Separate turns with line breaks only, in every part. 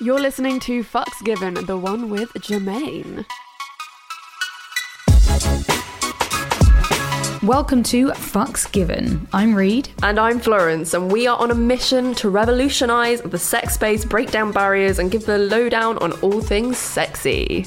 You're listening to Fucks Given, the one with Jermaine.
Welcome to Fucks Given. I'm Reed.
And I'm Florence, and we are on a mission to revolutionise the sex space, break down barriers, and give the lowdown on all things sexy.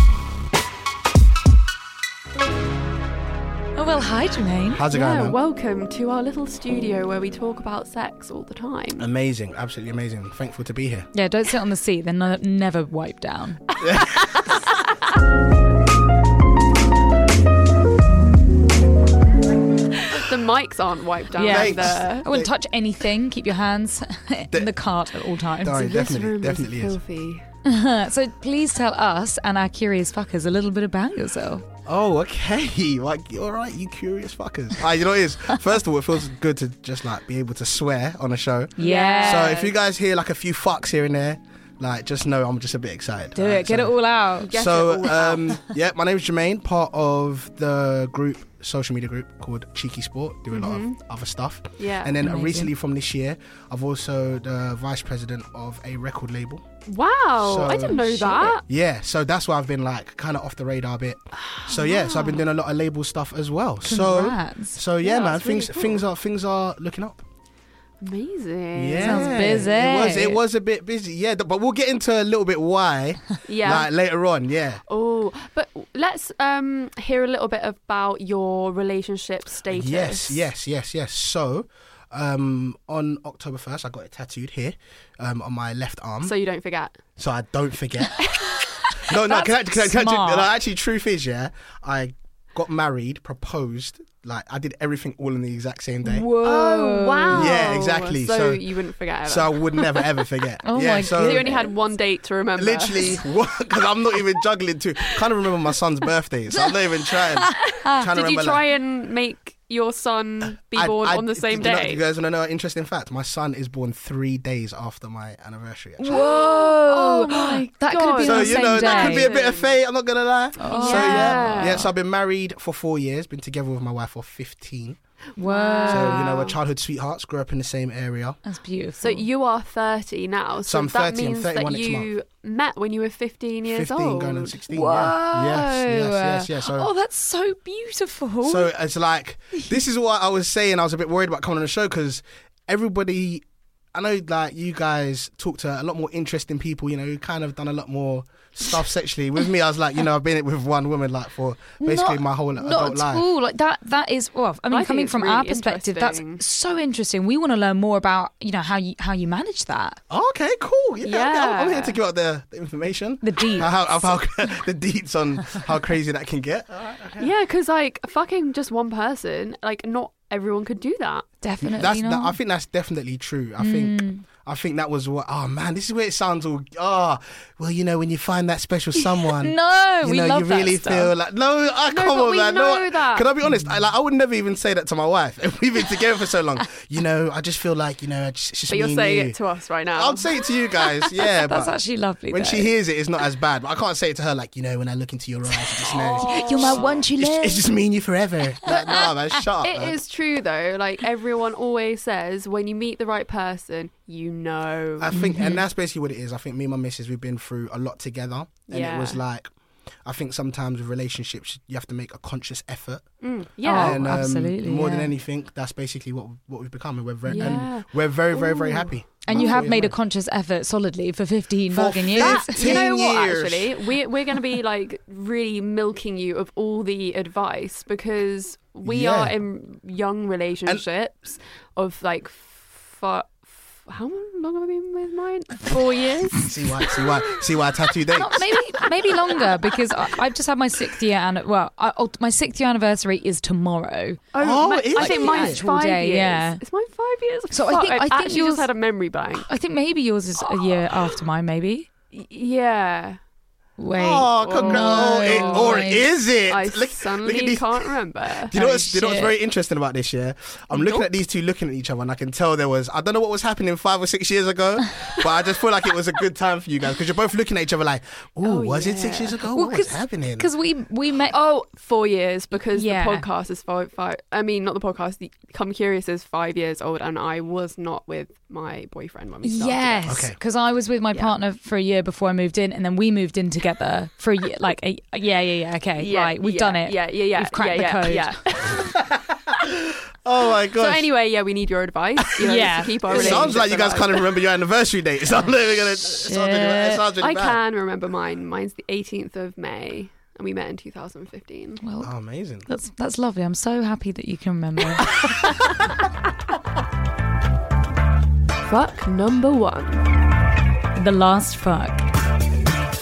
Oh, well, hi, Jermaine.
How's it
Yeah,
going? man?
welcome to our little studio where we talk about sex all the time.
amazing, absolutely amazing. Thankful to be here.
Yeah, don't sit on the seat. They're no- never wiped down.
The mics aren't wiped out
Yeah.
yeah. there.
I wouldn't touch anything. Keep your hands in the cart at all times. Uh,
Don't worry,
this
definitely,
room
definitely
is
is.
filthy.
So please tell us and our curious fuckers a little bit about yourself.
Oh, okay. Like, all right, you curious fuckers. Ah, you know what it is. First of all, it feels good to just like be able to swear on a show.
Yeah.
So if you guys hear like a few fucks here and there, like just know I'm just a bit excited.
do it, get it all out.
Get
so,
it all out.
um, yeah, my name is Jermaine, part of the group, social media group called Cheeky Sport. Do a lot of other stuff.
Yeah.
And then
Amazing.
recently from this year, I've also the vice president of a record label.
Wow, I
So-
didn't know that.
Yeah, so that's why I've been like kind of off the radar a bit. So yeah, so I've been doing a lot of label stuff as well.
Congrats.
So so yeah,
Yeah,
man,
that's really
things
cool.
things are things are looking up.
Amazing.
Yeah,
Sounds busy.
It was it was a bit busy. Yeah, th- but we'll get into a little bit why
Yeah.
like later on. Yeah.
Oh, but let's um hear a little bit about your relationship status.
Yes, yes, yes, yes. So um on October 1st I got it tattooed here um on my left arm.
So you don't forget.
so I don't forget. no, no,
That's
can I, can I, can I,
smart.
no, actually, truth is, yeah, I got married, proposed, like I did everything all on the exact same day.
Whoa.
Oh wow.
Yeah, exactly.
So,
So-
you wouldn't forget. Ever.
So I would never ever forget.
Oh
yeah,
my
so
you only had one date to remember.
literally because I'm not even juggling too. Can't remember my son's birthday, so I'm not even trying. trying to
Did you
remember,
try
like-
and make your son be
I-
born
I-
on the same
do you know-
day?
you guys want to know an interesting fact? My son is born three days after my anniversary. Actually.
Whoa.
Oh my
that could have
God.
been
So
on the
you
same
know that could be
day. Oh.
a bit of fate. I'm not gonna lie. So
Yeah.
yeah, yeah. So I've been married for four years. Been together with my wife for 15.
Whoa.
So you know we're childhood sweethearts. Grew up in the same area.
That's beautiful.
so you are 30 now. So
I'm
that
30, I'm
means
31
that
next month.
you met when you were 15 years
15
old.
going on 16.
Whoa.
Yeah. Yes, yes, yes, yes. So
oh, that's so beautiful.
Uh, So it's like this is what I was saying. I was a bit worried about coming on the show because everybody, I know, like you guys talk to a lot more interesting people. You know, who kind of done a lot more stuff sexually. With me, I was like, you know, I've been with one woman like for basically
Not-
my whole
not
adult
at
life.
all. Like that. That is. Well, I mean,
I think
coming
it's
from our
really
perspective,
interesting.
that's so interesting. We want to learn more about you know how you how you manage that.
Okay, cool. Yeah, okay, I'm, I'm here to
Yeah.
give out the, the information.
The deeds.
How, how, how, the deeds on how crazy that can get.
Yeah, because like fucking just one person, like not everyone could do that.
Definitely.
That's
not.
that, I think that's definitely true. I think
Mm.
I think that was what. Oh man, this is where it sounds all. Ah, well, you know when you find that special someone.
No,
you
we
know
love
you
that
really
stuff.
feel like no. I
No,
come
but
on,
we
man.
know
no,
that.
Can I be honest? I, like, I would never even say that to my wife. If we've been together for so long, you know, I just feel like you know, I just, it's just
But
me
you're
and
saying
you.
it to us right now.
I'll say it to you guys. Yeah,
That's
but
actually lovely.
when
though.
she hears it, it's not as bad. But I can't say it to her like you know when I look into your eyes, I just know.
You're my one
Oh. It's,
chile.
it's just me and you forever. Like, nah, man, shut up.
It
man.
is true though. Like everyone always says, when you meet the right person, you know.
I think, and that's basically what it is. I think me and my missus, we've been through a lot together, and
Yeah.
it was like, I think sometimes with relationships, you have to make a conscious effort.
Mm, yeah.
Oh.
and, um,
absolutely,
More than
yeah.
anything, that's basically what what we've become, and we're very,
Yeah.
and we're very, very, very happy.
and you
That's
have
what
made a
we're-
conscious effort solidly for 15
For
fucking years.
fif-
you know
10
what?
years.
Actually, we we're going to be like really milking you of all the advice because we
Yeah.
are in young relationships of like, f- f- how long have I been with mine? Four years.
See why? See why? See why? I tattoo dates.
maybe maybe longer because I, I've just had my sixth year and well, I, oh, my sixth year anniversary is tomorrow.
Oh,
my-
is
I think
it?
mine's
Actual
five
day,
years.
yeah.
It's mine five years.
So I
Fuck,
think-
I've
I think
actually
yours-
just had a memory blank.
I think maybe yours is a year after mine. Maybe
Y- Yeah.
Wait.
Oh, congra- oh, it- or
my-
is it?
I
Look- look at
suddenly
these-
can't remember.
Do you know,
Oh,
what's, do you know what's
shit.
very interesting about this? Yeah,
Oh,
I'm looking at these two looking at each other, and I can tell there was I don't know what was happening five or six years ago, but I just feel like it was a good time for you guys because you're both looking at each other like, "Ooh, was it six years ago? what was happening?"
Because we we met.
Oh, four years because
Yeah.
the podcast is five, five. I mean, not the podcast. The Come Curious is five years old, and I was not with my boyfriend when we started. it.
Yes,
Okay.
because I was with my partner for a year before I moved in, and then we moved in together for a year. Like, a, yeah, yeah, yeah. Okay,
Yeah,
right, we've
yeah,
done it.
Yeah, yeah, yeah.
We've cracked
yeah,
the code.
Yeah. yeah.
oh my
so
gosh!
anyway, yeah, we need your advice. You know,
Yeah.
to keep our
it sounds
relationship
like you guys
alive.
can't even remember your anniversary date. It sounds like we're gonna. It sounds really, it sounds really
I
bad.
can remember mine. Mine's the 18th of May, and we met in 2015.
Well,
Oh, amazing.
that's that's lovely. I'm so happy that you can remember.
Fuck number one.
the last fuck.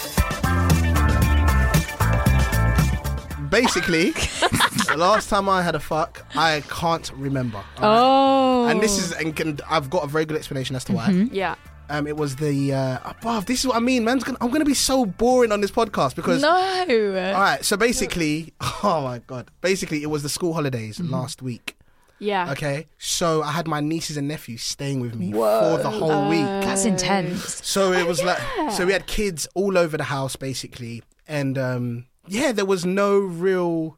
Basically, the last time I had a fuck, I can't remember.
Oh,
And this is, and can- I've got a very good explanation as to why.
Yeah.
Um, it was the uh, above. This is what I mean, man. I'm gonna be so boring on this podcast because
no.
All right, so basically, oh my god, basically it was the school holidays
Mm-hmm.
last week.
Yeah.
Okay, so I had my nieces and nephews staying with me for the
Um,
whole
Uh,
week.
That's intense.
So it was like, so we had kids all over the house basically, and um, yeah, there was no real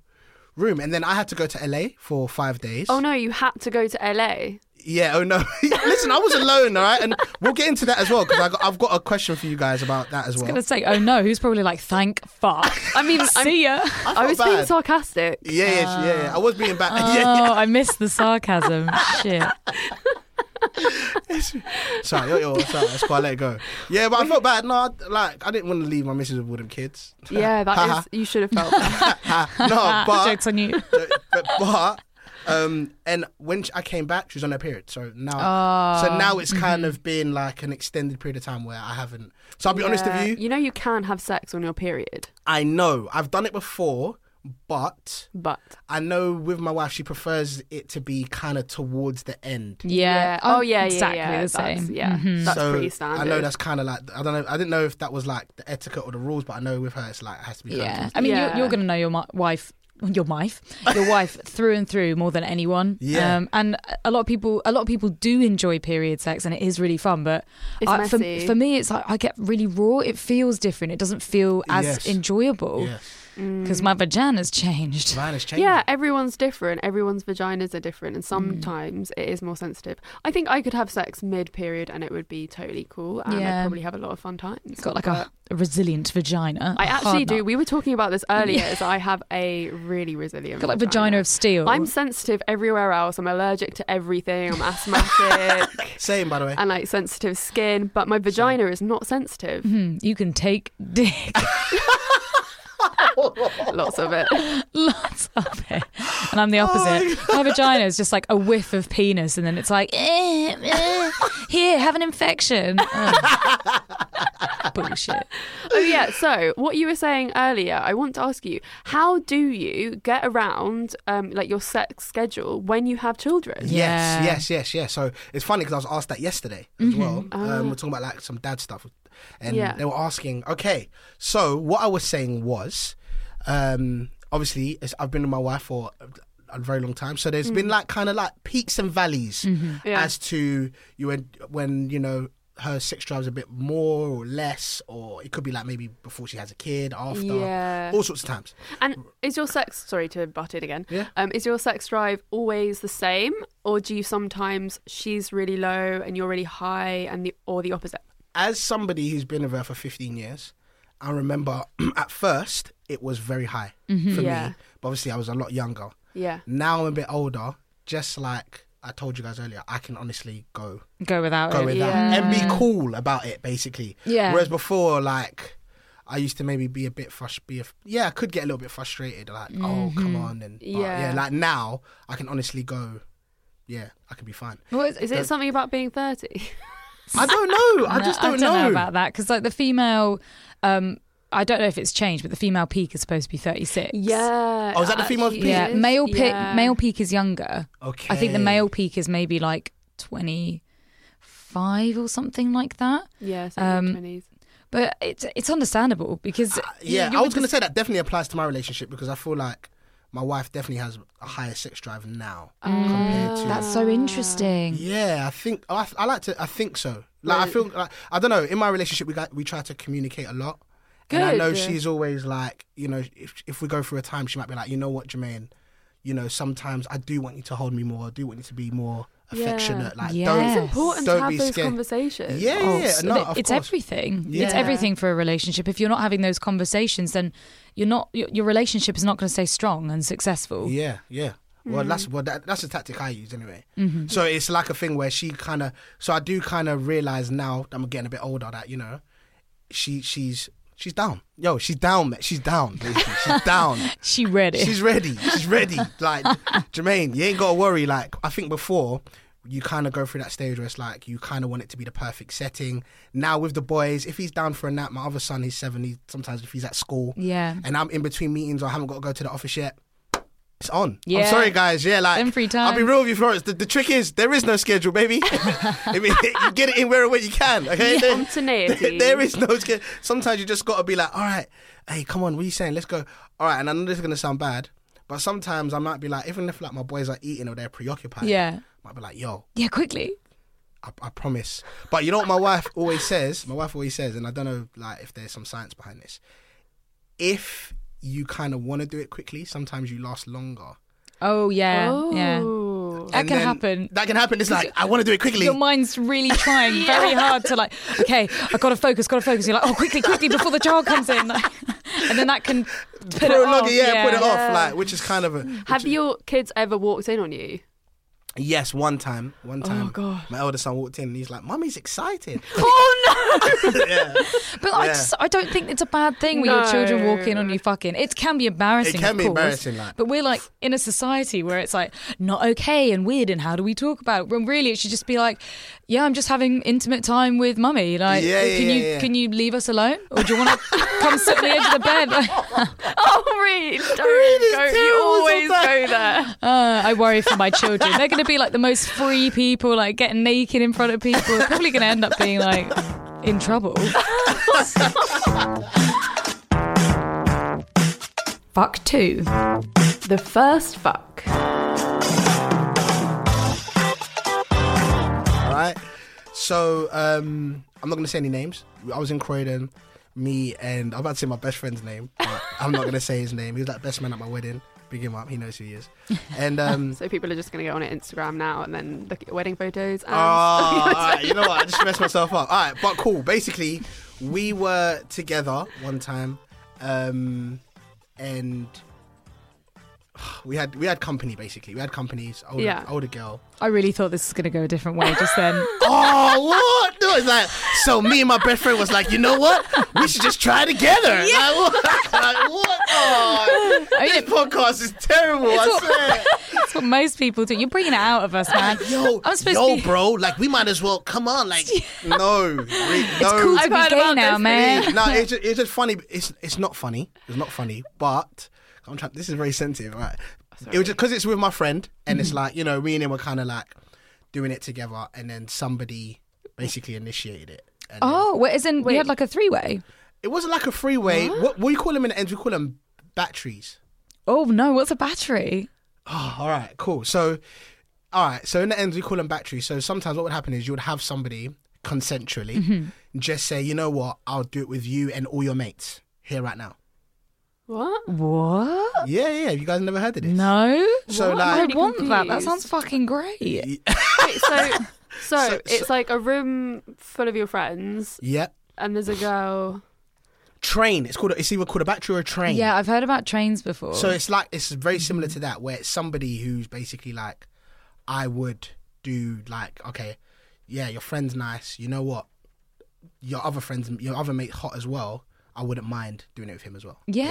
room. And then I had to go to LA for five days.
Oh no, you had to go to LA.
Yeah, oh no. Listen, I was alone, all right, and we'll get into that as well because I've got a question for you guys about that as
I was
well.
gonna say, oh no, who's probably like, thank fuck.
I mean, I'm-
See ya.
I,
I
felt
was being
bad.
sarcastic.
Yeah, yeah, yeah, yeah. I was being bad.
Oh,
yeah, yeah.
I missed the sarcasm. Shit.
Oh.
Sorry, yo, yo, sorry, that's quite let it go. Yeah, but I felt bad. No, I- like I didn't want to leave my missus with all them kids.
Yeah, that is. You should have felt. That.
no, but
Jokes on you.
but, but um, and when sh- I came back, she was on her period. So now,
Oh.
so now it's
Oh.
Mm-hmm.
kind of been like an extended period of time where I haven't. So I'll be honest
Yeah.
with you.
You know, you can have sex on your period,
I know I've done it before, but
but
I know with my wife, she prefers it to be kind of towards the end.
Yeah.
Oh yeah,
Exactly
yeah, yeah.
the
That's,
same. Mm-hmm.
yeah, that's
so
pretty standard.
I know that's kind of like I don't know. I didn't know if that was like the etiquette or the rules, but I know with her it's like it has to be. kind of
Yeah.
towards-
I mean,
Yeah.
you're, you're going to know your mi- wife, your wife, your wife through and through more than anyone. Um,
Yeah.
and a lot of people, a lot of people do enjoy period sex, and it is really fun. But
It's
I- Uh, for,
messy.
for me, it's like I get really raw. It feels different. It doesn't feel as
Yes.
enjoyable
Yes.
because my vagina's changed.
Mine has changed.
Mm. yeah, everyone's different. Everyone's vaginas are different,
Mm.
and sometimes it is more sensitive. I think I could have sex mid period, and it would be totally cool, and
Yeah.
I'd probably have a lot of fun times.
It's got like a, a resilient vagina.
I
a hard
actually do.
nut.
We were talking about this earlier. Is I have a really resilient
Got like vagina of steel.
I'm sensitive everywhere else. I'm allergic to everything. I'm asthmatic
Same, by the way.
and like sensitive skin, but my vagina is not sensitive.
Hmm, you can take dick,
Lots of it.
lots of it, and I'm the
Oh
opposite. my vagina is just like a whiff of penis, and then it's like, eh, eh, here, have an infection. Oh. Bullshit.
Oh yeah. So what you were saying earlier, I want to ask you: How do you get around um, like your sex schedule when you have children?
Yeah.
Yes, yes, yes, yes. So it's funny because I was asked that yesterday as well. Um, we're talking about like some dad stuff, and
Mm-hmm. Oh. Yeah.
they were asking. Okay, so what I was saying was, um, obviously, it's, I've been with my wife for a, a very long time, so there's
Mm.
been like kind of like peaks and valleys
Yeah.
as to you when, when you know her sex drive's a bit more or less, or it could be like maybe before she has a kid, after,
Yeah.
all sorts of times.
And is your sex sorry to butt in again?
Yeah.
Um, is your sex drive always the same, or do you sometimes she's really low and you're really high, and the or the opposite?
as somebody who's been with her for 15 years, I remember at first it was very high
Mm-hmm.
for
Yeah.
me. But obviously, I was a lot younger.
Yeah.
Now I'm a bit older. Just like I told you guys earlier, I can honestly go
Go without
go
it.
with
Yeah.
that and be cool about it, basically.
Yeah.
Whereas before, like. I used to maybe be a bit frustrated. Be a f- yeah, I could get a little bit frustrated, like oh
Mm-hmm.
come on, and but,
Yeah.
yeah, like now I can honestly go, yeah, I can be fine.
What is-
Is it something about being thirty?
I don't know. I
No,
just
I don't know, about that because like the female, um, I don't know if it's changed, but the female peak is supposed to be 36.
Yeah.
Oh, is that the female
actually
peak?
yeah.
is.
Male peak,
Yeah.
male peak is younger.
Okay,
I think the male peak is maybe like 25 or something like that.
Yeah.
Um,
Um,
But it's it's understandable because
Uh,
you- you
yeah, I was
would
going to say that definitely applies to my relationship because I feel like my wife definitely has a higher sex drive now
mm,
compared to.
That's so interesting.
yeah, I think I, I like to. I think so. Like I feel like I don't know. In my relationship, we got, we try to communicate a lot, and I
Good.
know she's always like, you know, if if we go through a time, she might be like, you know what, Jermaine, you know, sometimes I do want you to hold me more. I do want you to be more affectionate. Like,
Yeah.
don't
It's
Important
don't
to have
be
those
scared.
conversations.
Yeah,
Oh,
yeah,
so
no,
that-
of
it's
course.
everything. It's
Yeah.
everything for a relationship. If you're not having those conversations, then you're not your, your relationship is not going to stay strong and successful.
Yeah, yeah. Well, that's well, that, that's the tactic I use anyway. So it's like a thing where she kind of. So I do kind of realize now that I'm getting a bit older that you know, she she's she's down. Yo, she's down, mate. She's down. basically. She's down.
She read it.
She's ready. She's ready. Like Jermaine, you ain't gotta worry. Like I think before. You kind of go through that stage where it's like you kind of want it to be the perfect setting. Now with the boys, if he's down for a nap, my other son, he's seven. He sometimes if he's at school,
Yeah.
and I'm in between meetings or I haven't got to go to the office yet, it's on.
Yeah.
I'm sorry, guys. Yeah, like
Them free
I'll be
time.
real with you, Florence. The, the trick is there is no schedule, baby. I mean, you get it in wherever you can. Okay, There-
Spontaneity.
there is no schedule. Sometimes you just got to be like, all right, hey, come on, what are you saying? Let's go. All right, and I know this is gonna sound bad, but sometimes I might be like, even if like my boys are eating or they're preoccupied,
yeah.
might be like, yo,
Yeah. Quickly.
I, I promise. But you know what my wife always says? My wife always says, and I don't know like if there's some science behind this. If you kind of want to do it quickly, sometimes you last longer.
Oh yeah.
Oh.
Yeah. That
And
can
then-
happen.
That can happen. It's like I want to do it quickly.
Your mind's really trying very hard to like. Okay, I gotta focus. Gotta focus. You're like, oh, quickly, quickly, before the child comes in, like, and then that can put it
Prologue
off.
it, yeah, put it
Yeah.
off, like which is kind of a which
Have
is-
your kids ever walked in on you?
Yes, one time, one time,
God.
my elder son walked in and he's like, "Mummy's excited."
Oh no!
yeah,
But I just I don't think it's a bad thing when your children walk in on you fucking. It can be embarrassing.
It can
of
be
course,
embarrassing, like-
But we're like in a society where it's like not okay and weird, and how do we talk about it? When really it should just be like, yeah, I'm just having intimate time with mummy. Like,
Yeah, yeah,
can you
yeah, yeah.
can you leave us alone, or do you want to come sit on the edge of the bed? Like,
Oh, Reed, don't
Reed is
go. You
terrible
always go
sometimes.
there.
uh, I worry for my children. They're going to be like the most free people, like getting naked in front of people. They're probably going to end up being like in trouble.
Fuck two. The first fuck.
all right. So um, I'm not gonna say any names. I was in Croydon. Me and I'm about to say my best friend's name. But I'm not gonna say his name. He was like best man at my wedding. Big him up. He knows who he is. And um,
So people are just going to go on Instagram now and then look at your wedding photos. And
Oh, all right, you know what? I just messed myself up. All right, but cool. Basically, we were together one time, um, and we had we had company. Basically, we had companies. Older,
Yeah.
older girl.
I really thought this was going to go a different way just then.
Oh, what? No, it's like so. Me and my best friend was like, you know what? We should just try together. Like, what? Like, what? Oh,
I mean,
this podcast is terrible. I swear.
That's what most people do. You're bringing it out of us, man.
Yo,
I'm supposed
yo,
to be.
bro. Like, we might as well come on. Like, no, re- no.
cool to
I've
be
heard
gay
about
now,
this.
man.
no, it's just, it's just funny. but It's it's not funny. It's not funny. But I'm trying. This is very sensitive. Right? It was just because it's with my friend, and
Mm-hmm.
it's like you know, me and him were kind of like doing it together, and then somebody basically initiated it. And then-
Oh, well, as in we had like a three-way.
it wasn't like a freeway. What we call them in the ends, we call them batteries.
Oh no, what's a battery?
Oh, all right, cool. So, all right. So in the end, we call them batteries. So sometimes what would happen is you would have somebody consensually just say, you know what, I'll do it with you and all your mates here right now.
what?
What?
Yeah, yeah. Have you guys never heard of this?
No.
So
What?
like,
I
really
want that. That
confused.
sounds fucking great.
Wait, so, so,
So-
it's like a room full of your friends
yeah,
and there's a girl.
train. It's called. It's either called a battery or a train.
Yeah, I've heard about trains before.
So it's like it's very similar to that, where it's somebody who's basically like, I would do like, okay, yeah, your friend's nice. You know what? Your other friends, your other mate, hot as well. I wouldn't mind doing it with him as well.
yeah,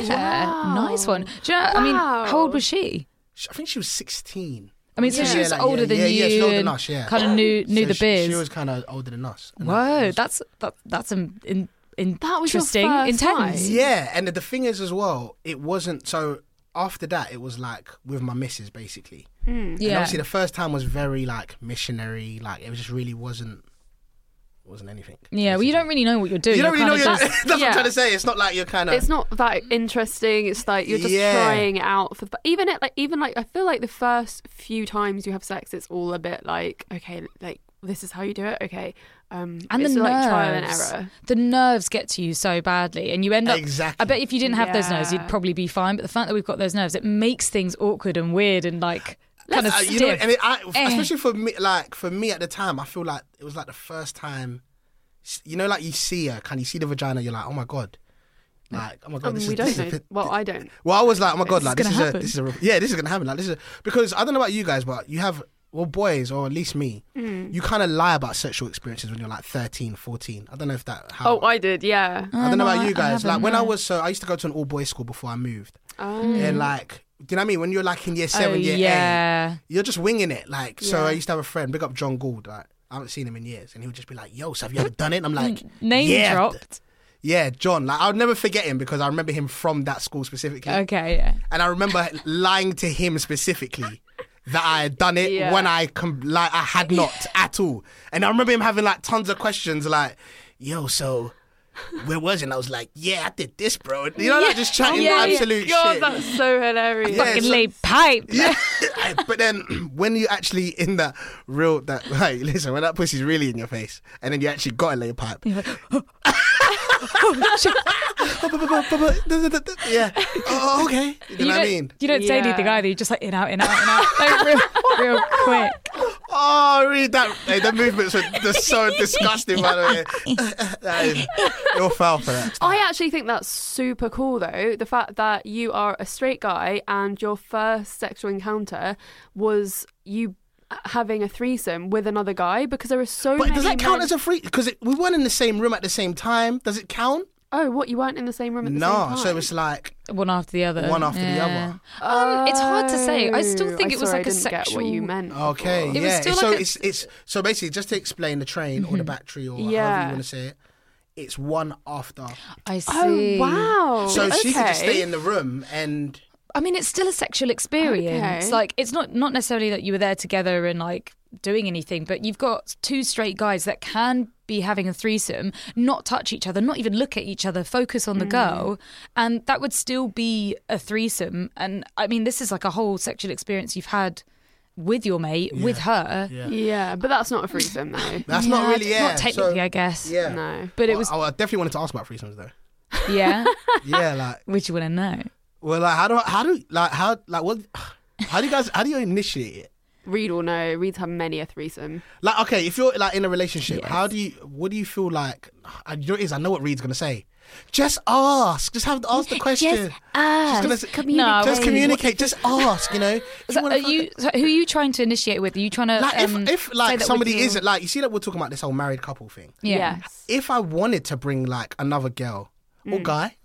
nice one. Do you know, I mean, how old was she?
She- I think she was sixteen.
I mean, so
Yeah,
she was
like,
older
yeah,
than
yeah,
you.
yeah, she's older than
and
us, yeah.
Kind of knew knew
So
the
she-
biz.
She was kind of older than us. And that
Whoa,
was-
that's that, that's an in,
That was your
interesting,
first
intense.
night?
Yeah, and the, the thing is as well, it wasn't so. After that, it was like with my missus basically. And
Yeah,
obviously, the first time was very like missionary. Like it was just really wasn't. wasn't anything.
Yeah, well, you don't really know what you're doing.
You don't really know.
kind
You're,
of just-
that's what I'm
Yeah.
trying to say. It's not like you're kind of.
It's not that interesting. It's like you're just
Yeah.
trying it out for the, even it like even like I feel like the first few times you have sex, it's all a bit like okay, like this is how you do it. Okay, um,
and the
it's
nerves,
like trial and error.
the nerves get to you so badly, and you end up.
Exactly.
I bet if you didn't have those nerves,
Yeah.
you'd probably be fine. But the fact that we've got those nerves, it makes things awkward and weird and like kind of
Uh,
stiff.
you know, and it, I,
Eh.
especially for me, like for me at the time, I feel like it was like the first time. You know, like you see her, can you see the vagina? You're like, oh my god, like oh my god,
Um,
this
we
is, this
don't
is a
know.
bit-
Well, I don't.
Well, I was like, oh my god,
This
like
is
this is
gonna
a, this is a, yeah, this is gonna happen. Like this is a, because I don't know about you guys, but you have well, boys or at least me, you kind of lie about sexual experiences when you're like 13, 14. I don't know if that. How,
Oh, I did. Yeah.
I don't
no,
know about
Oh,
I-
you
I
guys.
haven't,
Like when I
no.
was so, I used to go to an all boys school before I moved,
Um,
and like, do you know what I mean? When you're like in year
Mm. oh
seven, year eight,
yeah,
you're just winging it. Like, so
Yeah.
I used to have a friend, big up John Gould. Like, I haven't seen him in years, and he would just be like, "Yo, so have you ever done it?" And I'm like,
Mm, name
yeah,
dropped.
Yeah, John. Like, I'll never forget him because I remember him from that school specifically,
Okay, yeah.
and I remember lying to him specifically that I had done it
Yeah.
when I com- like I had not at all. And I remember him having like tons of questions, like, "Yo, so." Where was it? And I was like, yeah, I did this, bro. You know, like just chatting
Yeah, yeah.
absolute
God,
shit.
that's so hilarious.
Yeah,
Fucking
so-
lay pipe.
Yeah, but then when you actually in that real that hey, listen, when that pussy's really in your face, and then you actually got a lay pipe. yeah. Oh, okay. You know
You
what
don't,
I mean?
you don't say
Yeah.
anything either. You just like in out, in out, in out, like real, real quick.
Oh, read that. Hey, the movements were they're so disgusting, by the way. That is- You're foul for that.
Oh, I actually think that's super cool, though. The fact that you are a straight guy and your first sexual encounter was you having a threesome with another guy because there are so
But
many.
does that count
men-
as a free? Because we weren't in the same room at the same time. Does it count?
Oh, what? You weren't in the same room at the same
No.
time?
So it's like
One after the other.
One after the other.
Um, it's hard to say. I
Oh,
still think it was
sorry,
like
I
a
didn't
sexual.
Get what you meant.
Okay,
before.
was
yeah.
still
so
like a- Mm-hmm.
it's it's so basically just to explain the train or the battery or however
Yeah.
you want to say it. It's one after,
I
Oh
see.
wow!
Oh,
so
okay.
she could just stay in the room and
I mean, it's still a sexual experience.
Okay.
Like, it's not not necessarily that you were there together and like doing anything, but you've got two straight guys that can be having a threesome, not touch each other, not even look at each other, focus on the girl, and that would still be a threesome. And I mean, this is like a whole sexual experience you've had with your mate, with her.
Yeah, but that's not a threesome, though.
that's not really yeah.
Not technically, I guess.
So, yeah,
No.
But it
Well,
was,
I, I definitely wanted to ask about threesomes though.
yeah.
yeah, like
Would you want to know?
well, like how do I, how do like how like what how do you guys how do you initiate it?
Reed will know. Reed's had many a threesome.
Like okay, if you're like in a relationship, how do you what do you feel like? I, you know, it is I know what Reed's gonna say. Just ask. Just have ask the question.
Ah,
gonna say- Just
communicate.
Just communicate. Just ask. You know. If you
So
wanna
are
fuck-
you? So who are you trying to initiate with? Are you trying to
like
um,
if, if
say
like
that
somebody
with your-
isn't like you see that we're talking about this whole married couple thing
Yeah.
Yes.
if i wanted to bring like another girl or
Mm.
guy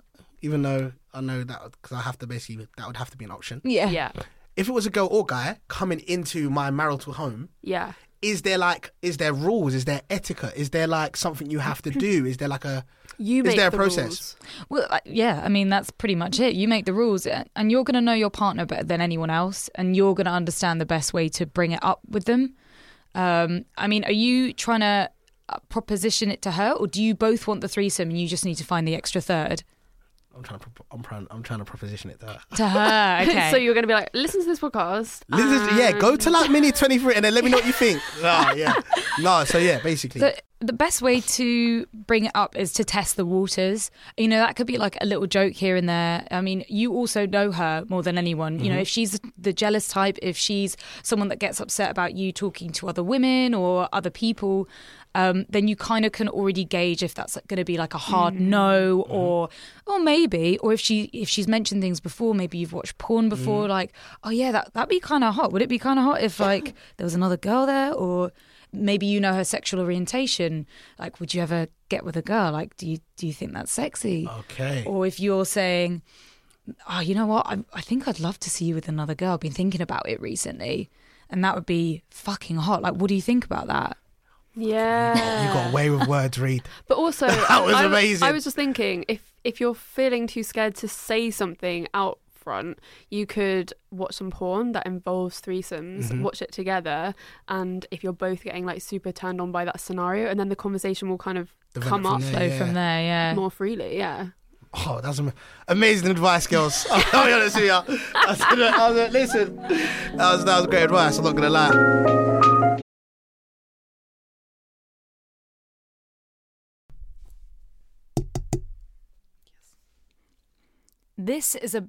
even though i know that because i have to basically that would have to be an option
yeah,
Yeah.
if it was a girl or guy coming into my marital home
Yeah.
is there like is there rules is there etiquette is there like something you have to do is there like a
You
Is
make
there a
the
process?
rules.
Well, I- yeah. I mean, that's pretty much it. You make the rules, uh, and you're going to know your partner better than anyone else, and you're going to understand the best way to bring it up with them. Um, I mean, are you trying to uh, proposition it to her, or do you both want the threesome and you just need to find the extra third
i'm trying to prop- i'm trying i'm trying to proposition it to her
to her? Okay.
so you're going to be like, listen to this podcast. Um,
Listen to- yeah
and-
go to like minute 23 and then let me know what you think Ah, yeah no so yeah basically
the the best way to bring it up is to test the waters. You know, that could be like a little joke here and there. I mean, you also know her more than anyone. You know, if she's the jealous type, if she's someone that gets upset about you talking to other women or other people, um, then you kind of can already gauge if that's going to be like a hard no or or maybe or if she if she's mentioned things before, maybe you've watched porn before, like oh yeah, that that'd be kind of hot. Would it be kind of hot if like there was another girl there or maybe you know her sexual orientation like would you ever get with a girl like do you do you think that's
Oh.
sexy
okay
or if you're saying oh you know what I, I think i'd love to see you with another girl i've been thinking about it recently and that would be fucking hot like what do you think about that
you
Yeah.
got away with words reed
But also,
That was
I, I
amazing.
I was just thinking, if if you're feeling too scared to say something out front, you could watch some porn that involves threesomes,
Mm-hmm.
watch it together, and if you're both getting like super turned on by that scenario, and then the conversation will kind of
Develop
come
from
up
there.
Flow
Yeah.
from there, yeah.
more freely. Yeah.
Oh, that's am- amazing advice, girls. I'll be honest with you. That's- that was- listen, that was, that was great advice. I'm not going to lie.
This is a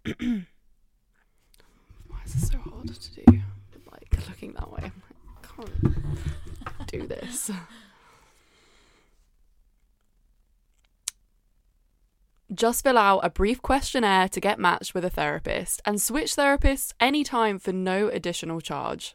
Why is this so hard to do? Like looking that way. I can't do this. Just fill out a brief questionnaire to get matched with a therapist and switch therapists anytime for no additional charge.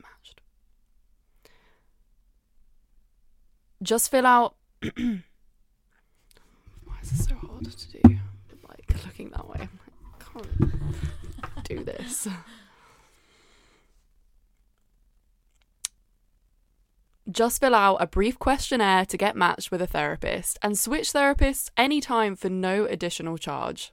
matched. Just fill out Why is this so hard to do? Like looking that way. I can't do this. Just fill out a brief questionnaire to get matched with a therapist and switch therapists anytime for no additional charge.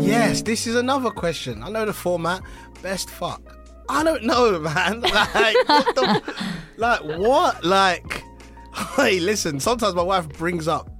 Yes, this is another question. I know the format. Best fuck. I don't know, man. Like, what the, like what? Like, hey, listen. Sometimes my wife brings up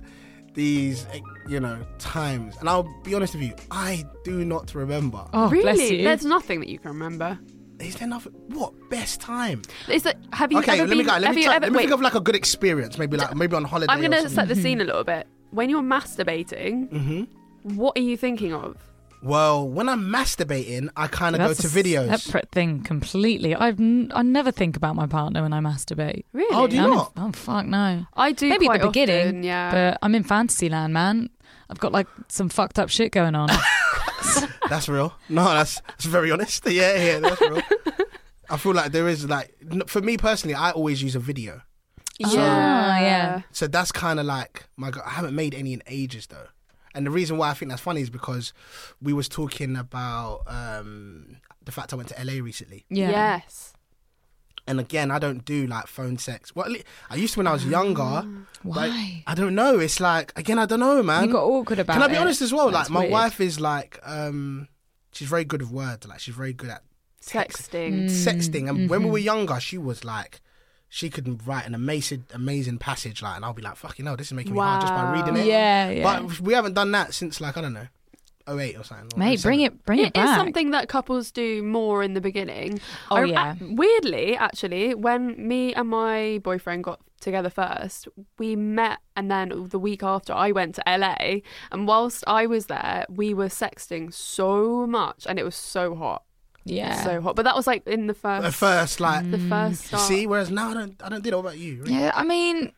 these, eh, you know, times, and I'll be honest with you. I do not remember.
Oh,
really?
bless you.
There's nothing that you can remember.
Is there nothing? What best time?
Is that, have you
Okay,
ever
let
been?
me go. Let
have
me,
you
try-
ever,
let me
wait,
think of like a good experience. Maybe like maybe on holiday.
I'm going
or
to
something.
set the scene a little bit. When you're masturbating,
Mm-hmm.
what are you thinking of?
Well, when I'm masturbating, I kind of go to videos.
separate thing completely. I've n- I never think about my partner when I masturbate.
Really?
Oh, do you
I'm in-
not?
oh fuck no.
I do
Maybe at
quite
the beginning,
often, yeah.
But I'm in fantasy land, man. I've got like some fucked up shit going on.
That's real. No, that's that's very honest. Yeah, yeah, that's real. I feel like there is like n- for me personally, I always use a video,
yeah,
Ah, yeah.
so that's kind of like my. God, I haven't made any in ages though, and the reason why I think that's funny is because we was talking about um, the fact I went to LA recently,
yeah.
Yes.
and again, I don't do like phone sex. Well, at le- I used to when I was younger. but
Ah, Why?
I don't know. It's like again, I don't know, man.
You got awkward about
Can I be
it.
honest as well?
That's
like my
weird.
wife is like, um, she's very good with words. Like she's very good at
Sexting.
sexting. And
Mm-hmm.
when we were younger, she was like, she could write an amazing, amazing passage. Like, and I'll be like, fucking hell, this is making me hard just by
Wow.
reading it.
Yeah, yeah.
But we haven't done that since like I don't know, 08 or something. or
Mate, bring
07.
it, bring it,
It
back.
is something that couples do more in the beginning.
Oh,
I-
yeah.
a- weirdly, actually, when me and my boyfriend got together first, we met, and then the week after, I went to LA, and whilst I was there, we were sexting so much, and it was so hot,
yeah.
so hot. But that was like in the
At
first, Mm.
first, like,
the first
you
start.
see. Whereas now, I don't, I don't do that. What about you? Really?
yeah, I mean,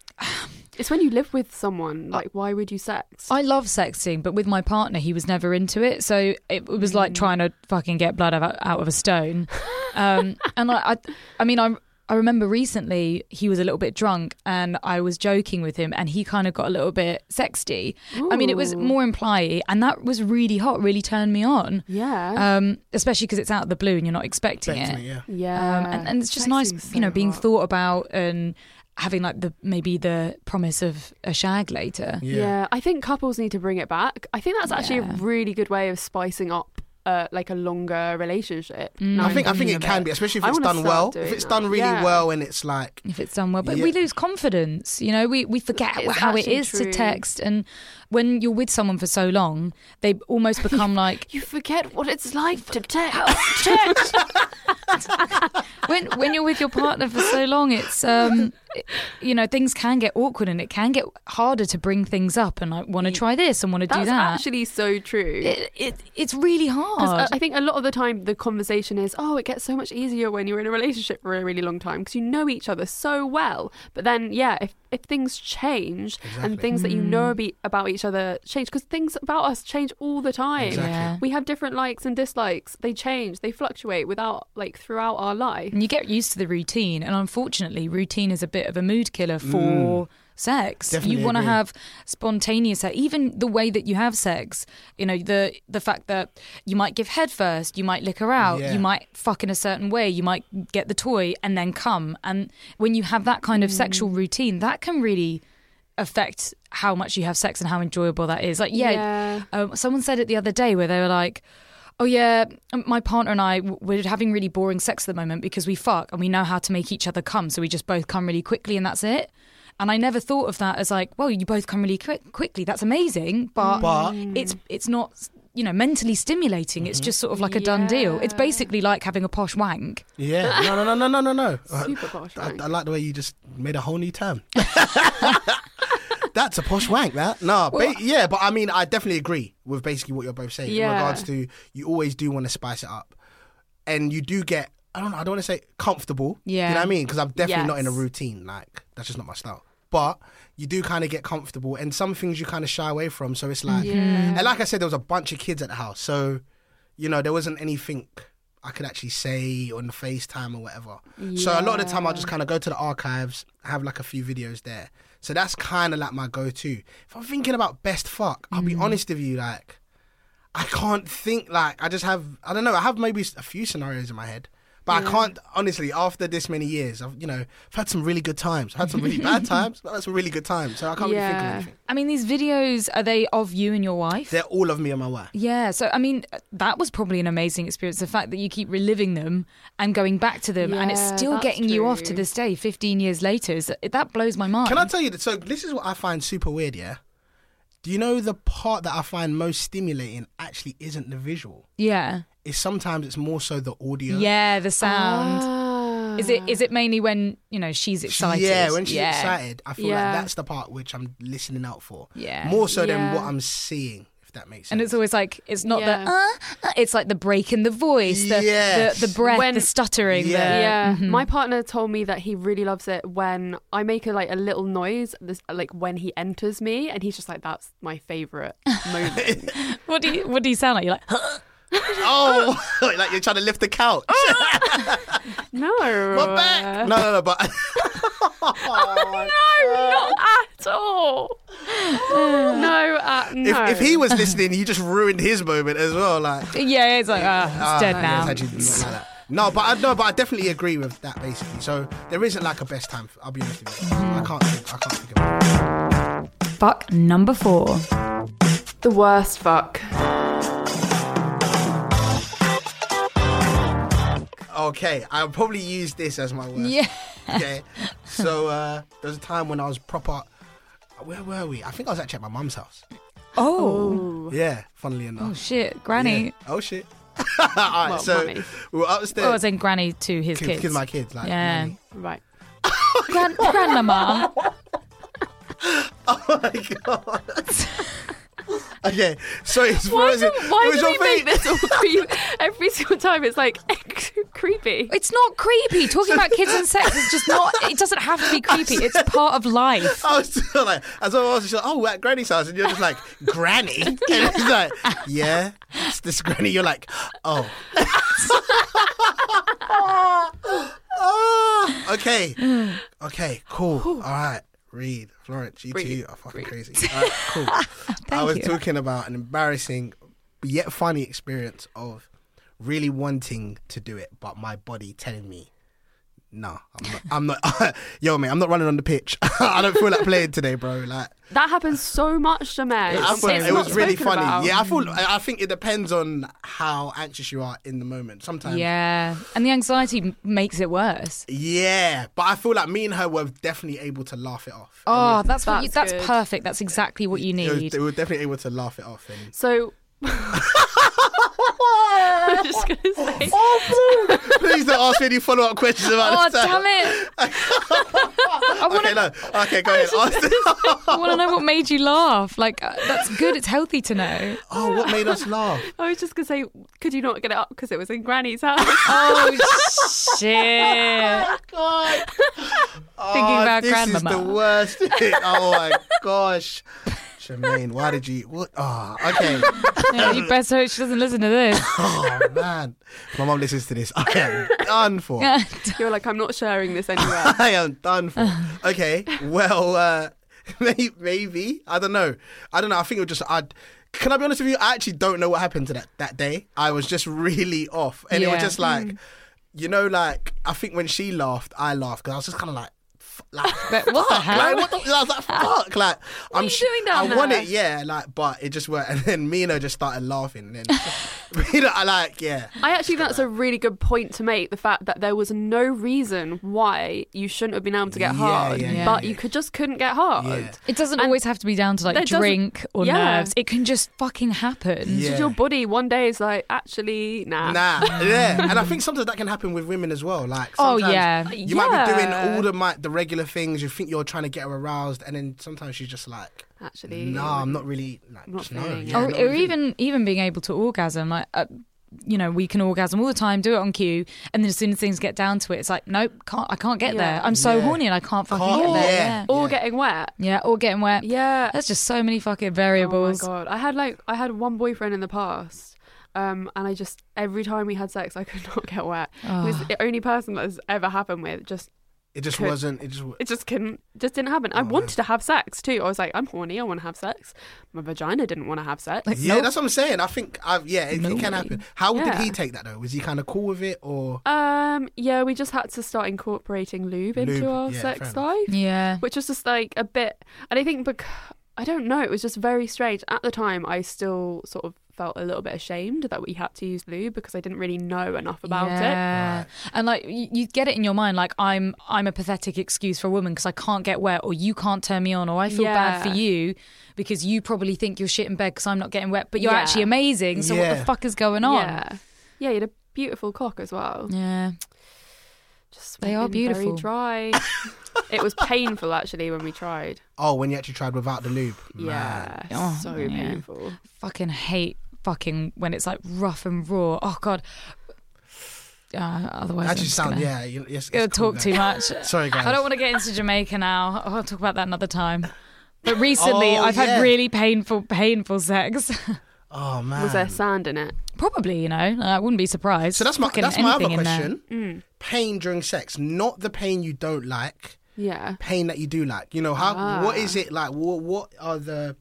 It's when you live with someone. Like, why would you sex?
I love sexting, but with my partner, he was never into it. So it was like trying to fucking get blood out, out of a stone. Um, and I, I, I mean, I, I remember recently he was a little bit drunk and I was joking with him and he kind of got a little bit sexy. I mean, it was
Ooh.
more imply and that was really hot, really turned me on.
yeah,
Um, especially because it's out of the blue and you're not expecting
Back to
it.
me, yeah.
yeah,
Um, and, and it's just nice,
Sexting's
you know,
so
being
hot.
thought about and having like the maybe the promise of a shag later.
Yeah. I think couples need to bring it back. I think that's actually
Yeah.
a really good way of spicing up uh, like a longer relationship.
Mm.
Now
I
I'm
think I think
thinking
it
of
can be, especially if
I
it's
wanna
done
start
well. If
doing
it's
that.
done really
Yeah.
well and it's like
if it's done well. But
Yeah.
we lose confidence, you know. We we forget
It's
how it
actually
is to
true.
text, and when you're with someone for so long, they almost become like
You forget what it's like to text.
text. when when you're with your partner for so long, it's um, it- you know, things can get awkward, and it can get harder to bring things up, and I want to try this and want to do
That's
that.
actually so true.
it, it it's really
'Cause,
hard.
uh, I think a lot of the time the conversation is, oh, it gets so much easier when you're in a relationship for a really long time because you know each other so well. But then, yeah, if, if things change
Exactly.
and things that you
Mm.
know abe- about each other change, because things about us change all the time.
Exactly.
yeah.
We have different likes and dislikes. They change, they fluctuate without like throughout our life.
and you get used to the routine, and unfortunately, routine is a bit of a mood killer for sex.
Mm. Definitely
you want to
agree.
have spontaneous, even the way that you have sex. You know the the fact that you might give head first, you might lick her out,
Yeah.
you might fuck in a certain way, you might get the toy and then come. And when you have that kind of sexual
Mm.
routine, that can really affect how much you have sex and how enjoyable that is. Like, yeah,
Yeah.
Um, someone said it the other day where they were like, "Oh yeah, um, my partner and I w- we're having really boring sex at the moment because we fuck and we know how to make each other come, so we just both come really quickly and that's it." And I never thought of that as like, "Well, you both come really quick- quickly. That's amazing, but,
But-
it's it's not." you know, mentally stimulating. It's just sort of like a done deal. It's
Yeah.
basically like having a posh wank.
Yeah. No, no, no, no, no, no, no.
Super posh
I,
wank.
I like the way you just made a whole new term. That's a posh wank, that. No, ba- yeah, but I mean, I definitely agree with basically what you're both saying in
Yeah.
regards to you always do want to spice it up, and you do get. I don't know. I don't want to say comfortable. you
Yeah.
know what I mean? Because I'm definitely not in a
Yes.
routine. Like that's just not my style. But you do kind of get comfortable, and some things you kind of shy away from. So it's like, and like I said, there was a bunch of kids at the house, so you know there wasn't anything I could actually say on the FaceTime or whatever. So a lot of the time, I'll just kind of go to the archives, have like a few videos there. So that's kind of like my go-to. If I'm thinking about best fuck, I'll be honest with you, like I can't think like I just have I don't know I have maybe a few scenarios in my head but I can't honestly after this many years I've you know I've had some really good times I've had some really bad times but I've had some really good times so I can't really think
Yeah.
of anything
I mean, these videos are they of you and your wife?
they're all of me and my wife
yeah, so I mean, that was probably an amazing experience. The fact that you keep reliving them and going back to them, and it's
Yeah,
still
that's
getting you off to
true.
this day, 15 years later, is, that blows my mind.
can I tell you that so this is what I find super weird yeah do you know the part that I find most stimulating actually isn't the visual
yeah,
it's sometimes it's more so the audio
yeah, the sound.
Ah.
Is it is it mainly when you know she's excited?
Yeah, when she's excited, I feel
Yeah.
like that's the part which I'm listening out for.
Yeah.
More so than
Yeah.
what I'm seeing, if that makes sense.
And it's always like it's not
Yeah.
the uh, uh, it's like the break in the voice, the
Yes.
the, the breath,
When-
the stuttering. the-
Yeah.
Yeah, Mm-hmm. my partner told me that he really loves it when I make a, like a little noise, this, like when he enters me, and he's just like, "That's my favorite moment."
What do you what do you sound like? You're like
Oh, like you're trying to lift the couch.
Oh.
no,
My back. No, no, no, but.
no, not at all. no, uh,
If,
no.
if he was listening, you just ruined his moment as well. Like,
yeah, it's like ah, it's
Ah,
dead
yeah,
now.
it's actually not like that. No, but I no, but I definitely agree with that basically. So there isn't like a best time. I'll be honest with you.
Mm.
I can't. Think, I can't think of it.
Fuck number four.
the worst fuck.
Okay, I'll probably use this as my worst.
Yeah.
Okay. So uh, there was a time when I was proper. Where were we? I think I was actually at my mum's house.
Oh,
Yeah, funnily enough.
oh shit, Granny.
Yeah. Oh shit. All right,
Well,
so
mummy.
we were upstairs.
Oh, I was in Granny to his
kids,
kids.
kids, my kids, like
Yeah.
nanny.
Right.
Gran- grandmama.
Oh my god. okay, so it's
Why do,
frozen.
why
it was
do
your
we
fate.
make this all creep every single time? It's like creepy.
It's not creepy. Talking about kids and sex is just not. It doesn't have to be creepy. It's part of life.
I was still like, as I was just like, oh, we're at Granny's house, and you're just like, Granny, and it's like, yeah, it's this Granny. You're like, oh. Ah, okay, okay, cool. All right, Reed, Florence, you two are fucking crazy. All right, cool. I was
you.
talking about an embarrassing but yet funny experience of really wanting to do it, but my body telling me no, I'm not. I'm not yo, mate, I'm not running on the pitch. I don't feel like playing today, bro. Like,
That happens so much to men.
I
It's
thought it
not
was really
spoken
funny.
about.
Yeah, I thought. I I think it depends on how anxious you are in the moment. Sometimes,
Yeah, and the anxiety m- makes it worse.
yeah. But I feel like me and her were definitely able to laugh it off.
Oh, that's what you, that's
That's good.
perfect. That's exactly what you
It was-
need.
they were definitely able to laugh it off. And
So I'm just gonna say
please don't ask me any follow up questions about
Oh
this.
damn it! I want
Okay,
to
no. Okay, go ahead. Ask
I want to know what made you laugh. Like uh, that's good. It's healthy to know.
oh, what made us laugh?
I was just gonna say, could you not get it up because it was in Granny's house?
Oh shit!
God.
Thinking
Oh,
about
this
grandmama.
is the worst. oh my gosh, Jermaine, why did you? What? Oh, okay.
Yeah, you best hope she doesn't listen to this.
Oh man, If my mom listens to this. I am done for.
You're like, I'm not sharing this anywhere.
I am done for. Okay, well, uh, maybe, maybe I don't know. I don't know. I think it was just I. Can I be honest with you? I actually don't know what happened to that that day. I was just really off, and it was
Yeah. Mm.
just like, you know, like I think when she laughed, I laughed because I was just kind of like. f- like,
But what the
fuck,
hell?
Like, what the, I was like, fuck, like, I'm
you
sh-
doing down
I want
there?
it, yeah, like, but it just worked. And then Mina just started laughing, and then Mina, I like, yeah,
I actually think that's a really good point to make. The fact that there was no reason why you shouldn't have been able to get
Yeah,
hard,
yeah,
but
yeah.
you could just couldn't get hard.
Yeah.
It doesn't
And
always have to be down to like
that doesn't-
drink or
yeah.
nerves. It can just fucking happen.
It's
yeah.
just your body one day is like, actually, nah.
Nah, yeah, and I think sometimes that can happen with women as well. Like,
Ah. Oh,
sometimes
yeah.
you might be doing
Yeah.
all the my, the regular things. You think you're trying to get her aroused, and then sometimes she's just like,
Actually,
"Nah, I'm not really like,
Not
just no,
feeling it.
yeah,
Oh,
not
or, or
really.
even even being able to orgasm like uh, you know we can orgasm all the time do it on cue and then as soon as things get down to it it's like nope can't i can't get
Yeah.
there i'm so
Yeah.
horny and i can't fucking
Can't-
get there
yeah.
yeah.
Or
Yeah.
getting wet.
yeah or getting wet
Yeah.
that's just so many fucking
Oh my
variables
god! I had like I had one boyfriend in the past, um, and I just every time we had sex, I could not get wet. He was
Ugh.
the only person that has ever happened with. Just
It just
could-
wasn't. It just. wa-
it just couldn't, just didn't happen. I wanted to have sex too. I was like, I'm horny. I want to have sex. My vagina didn't want to have sex.
Yeah, that's what I'm saying. I think, i yeah, it, it can happen. How
Yeah.
did he take that though? Was he kind of cool with it, or
um, yeah, we just had to start incorporating lube into
Lube,
our
yeah, fair
sex
enough.
life.
yeah
which was just like a bit and i think because i don't know it was just very strange at the time i still sort of felt a little bit ashamed that we had to use lube because i didn't really know enough about it
yeah. and like you, you get it in your mind like i'm i'm a pathetic excuse for a woman because i can't get wet or you can't turn me on or i feel bad
Yeah.
for you because you probably think you're shit in bed because i'm not getting wet but you're
Yeah.
actually amazing so what
Yeah.
the fuck is going on
yeah yeah you had a beautiful cock as well
yeah.
just
They
went
are
in very
beautiful.
dry it was painful actually when we tried
oh, when you actually tried without the lube? Man.
yeah
Oh,
so
yeah.
painful
fucking hate fucking when it's like rough and raw. Oh god. Uh, otherwise,
that
I'm
just
just
sound
gonna,
yeah. You, it's,
gonna
it's
talk
cool, guys.
too much.
Sorry, guys.
I don't want to get into Jamaica now. Oh, I'll talk about that another time. But recently,
Oh,
I've
yeah.
had really painful, painful sex.
Oh man.
was there sand in it
Probably, you know, I wouldn't be surprised.
so that's my
Fucking
that's my other
anything in there. Mm.
question. Pain during sex, not the pain you don't like,
yeah
pain that you do like. You know how? What is it like? What what are the?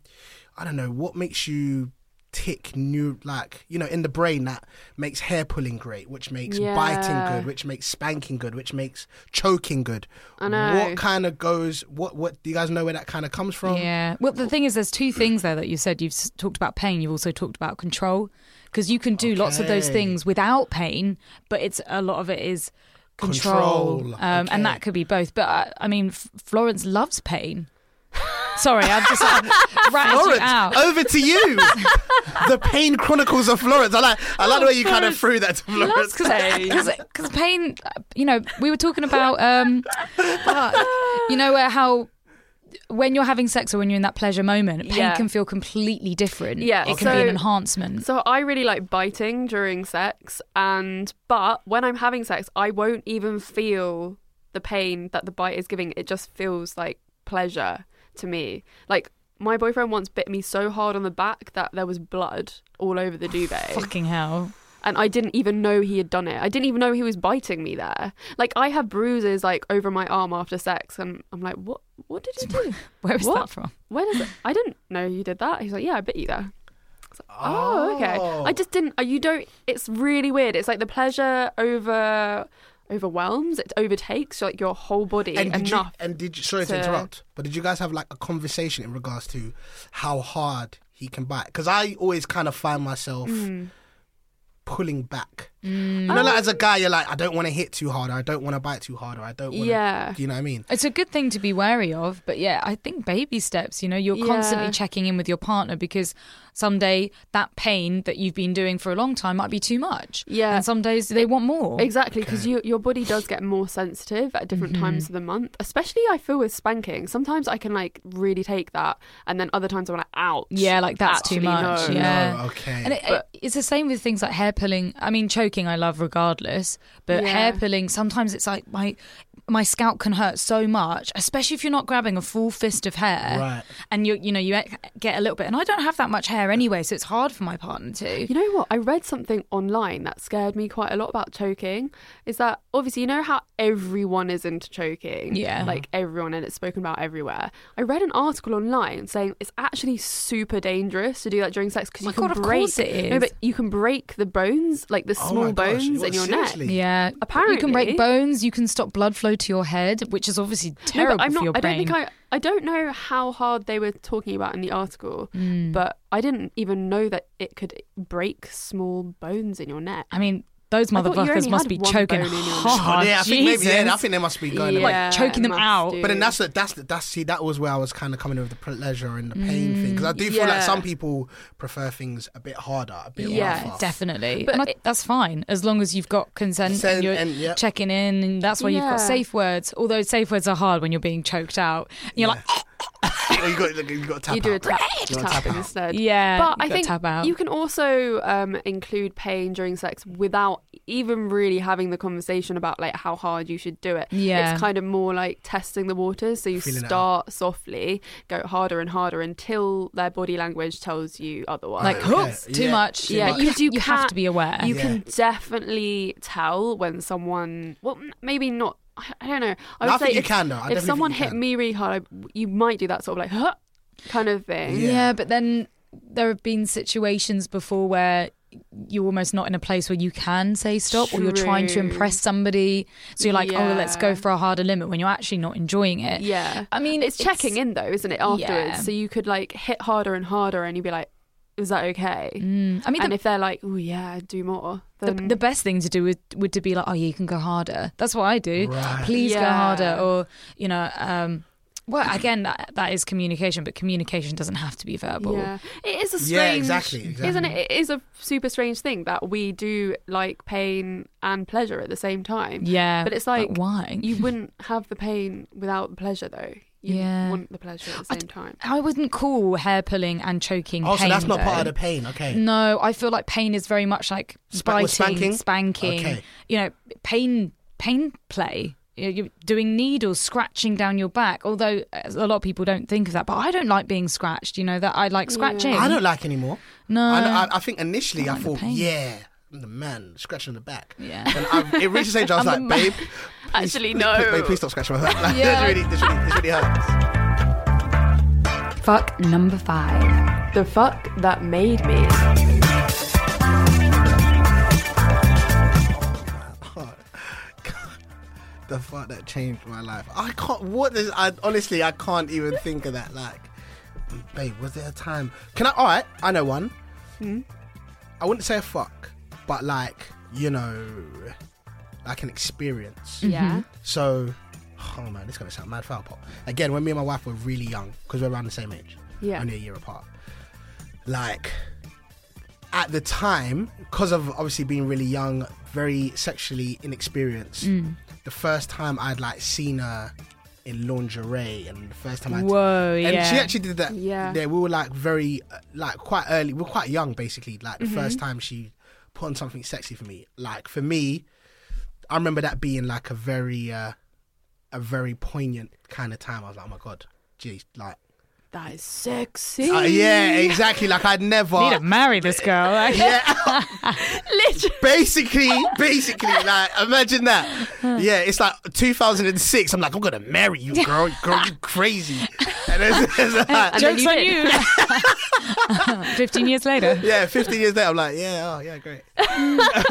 I don't know. What makes you tick? New like you know in the brain that makes hair pulling great, which makes biting
Yeah.
good, which makes spanking good, which makes choking good. I
know.
What kind of goes? What what do you guys know where that kind of comes from?
Yeah. Well, the thing is, there's two things there that you said. You've s- talked about pain. You've also talked about control because you can do lots of those
Okay.
things without pain, but it's a lot of it is control,
Control,
Um,
okay.
and that could be both. But I, I mean, F- Florence loves pain. Sorry, I've just I've ratted you
Florence, Oh,
out.
over to you. the Pain Chronicles of Florence. I like, I like the way you kind of threw that to Florence.
Because pain, you know, we were talking about, um, uh, you know, uh, how when you're having sex or when you're in that pleasure moment, pain
Yeah.
can feel completely different.
Yeah,
it can be an
so-
enhancement.
So I really like biting during sex and but when I'm having sex I won't even feel the pain that the bite is giving. It just feels like pleasure to me. Like my boyfriend once bit me so hard on the back that there was blood all over the duvet
Fucking hell.
and I didn't even know he had done it. I didn't even know he was biting me there. Like I have bruises like over my arm after sex and I'm like what what did you do?
Where is
What?
that from?
Where does it, I didn't know you did that. He's like, yeah, I bit you there. It's like, oh, okay. I just didn't. uh, You don't. It's really weird. It's like the pleasure over overwhelms. It overtakes like your whole body
And did, you,
enough.
and did you, sorry to,
to-
interrupt, but did you guys have like a conversation in regards to how hard he can bite? Because I always kind of find myself
Hmm.
pulling back.
Mm.
You know,
Oh.
like as a guy, you're like, I don't want to hit too hard, or I don't want to bite too hard, or I don't want to.
Yeah.
Do you know what I mean?
It's a good thing to be wary of, but yeah, I think baby steps. You know, you're constantly
Yeah.
checking in with your partner because someday that pain that you've been doing for a long time might be too much.
Yeah.
and some days they want more.
Exactly, because you, your body does get more sensitive at different
Mm-hmm.
times of the month. Especially, I feel with spanking. Sometimes I can like really take that, and then other times I'm like, ouch.
Yeah, like that's too
Actually,
much.
no.
Yeah.
No, okay.
And it, it's the same with things like hair pulling. I mean, choking I love regardless, but
Yeah.
hair pulling sometimes it's like my my scalp can hurt so much, especially if you're not grabbing a full fist of hair.
Right.
And you you know you get a little bit, and I don't have that much hair anyway, so it's hard for my partner to.
You know what? I read something online that scared me quite a lot about choking. Is that obviously you know how everyone is into choking?
Yeah.
Like everyone and it's spoken about everywhere. I read an article online saying it's actually super dangerous to do that during sex because
Oh
you
my
can
God, of
break
course it
No,
is.
but you can break the bones, like the
Oh
small
my gosh,
bones
what,
in your
seriously?
neck.
Yeah, you can break
Apparently-
bones. You can stop blood flow to your head, which is obviously
No,
terrible
but I'm
for your
not. I don't
brain.
think I. I don't know how hard they were talking about in the article,
Hmm.
but I didn't even know that it could break small bones in your neck.
I mean, those
I thought you
motherfuckers
only
must
had
be
one
choking
bone in your neck.
hard.
Oh, yeah, I think maybe yeah, I
Jesus.
think they must be going.
Yeah,
away.
choking them
must
out.
do.
But then that's the that's the, that's see that was where I was kind of coming over the pleasure and the pain thing because I do feel like
Mm, yeah.
some people prefer things a bit harder, a bit
Yeah,
rougher.
Definitely,
But
and I,
it-
that's fine as long as you've got consent
Consent
and you're
and- yep.
checking in, and that's why you've
Yeah.
got safe words. Although safe words are hard when you're being choked out. And you're like,
Or you got you got to tap
you do a
out.
tap,
You gotta
tap
tap out.
instead.
Yeah,
but
you
I
gotta
think
tap out.
you can also um, include pain during sex without even really having the conversation about like how hard you should do it.
Yeah.
it's kind of more like testing the waters. So you
Feeling it out.
start softly, go harder and harder until their body language tells you otherwise.
like,
Okay,
"Hook, too
yeah,
much.
Oh, yeah,
But you,
because you
you have
can't-
to be aware.
you
Yeah.
can definitely tell when someone well m- maybe not I I don't know I
No,
would
I
say
think you
if,
can, though. I
if
definitely
someone
think you
hit
can.
me really hard I, you might do that sort of like huh, kind of thing
Yeah.
yeah. but then there have been situations before where you're almost not in a place where you can say stop or you're trying to
True.
impress somebody so you're like oh let's go
Yeah.
for a harder limit when you're actually not enjoying it
Yeah.
i mean
it's checking in though, isn't it? Afterwards,
Yeah.
so you could like hit harder and harder, and you'd be like, "Is that okay?"
i mean
and
the,
if they're like, "Oh yeah, do more,"
the,
then
Mm.
the best thing to do would, would to be like oh yeah you can go harder that's what i do
Right.
please go
Yeah.
harder or you know um well again that, that is communication but communication doesn't have to be verbal
yeah, it is a strange,
Yeah, exactly, exactly.
isn't it? It is a super strange thing that we do like pain and pleasure at the same time.
Yeah,
but it's like
why
you wouldn't have the pain without the pleasure, though. You
Yeah.
want the pleasure at the
I
same
d-
time.
I wouldn't call hair pulling and choking.
Oh, so
pain,
that's not part of
though.
the pain. Okay.
No, I feel like pain is very much like
Spa-
biting,
with spanking?
spanking,
Okay.
You know, pain, pain play. You- You're doing needles, scratching down your back. Although uh, a lot of people don't think of that, but I don't like being scratched. You know that I like scratching.
I don't like anymore.
No.
I, I, I think initially I,
like the
thought,
pain.
yeah, I'm the man scratching the back.
Yeah.
And I, it reached a stage I was
I'm
like,
the
babe,
man.
please-
Actually,
please-
no.
Please, babe, please stop scratching my back. Like,
Yeah.
this really, this really, this really hurts.
Fuck number five. The fuck that made me.
the fuck that changed my life. I can't. What is? I honestly, I can't even think of that. Like, babe, was there a time? Can I? All right, I know one. I wouldn't say a fuck, but like you know, like an experience.
Yeah.
So, oh man, this is gonna sound mad foul pop. Again, when me and my wife were really young, because we're around the same age,
Yeah.
only a year apart. Like, at the time, because of obviously being really young, very sexually inexperienced, the first time I'd like seen her in lingerie, and the first time I
Whoa,
and
yeah.
she actually did that.
Yeah.
yeah, we were like very uh, like quite early. We were quite young, basically. Like the first time she put on something sexy for me. Like for me, I remember that being like a very uh, a very poignant kind of time. I was like, oh my god, geez, like.
That is sexy.
Uh, yeah, exactly. Like I'd never
need to marry this girl. Like,
yeah. basically, basically, like imagine that. Yeah, it's like 2006. I'm like, I'm gonna marry you, girl. Girl, you crazy. And it's, it's like,
Jokes on you. Fifteen years later.
yeah, 15 years later, I'm like, yeah, oh yeah, great.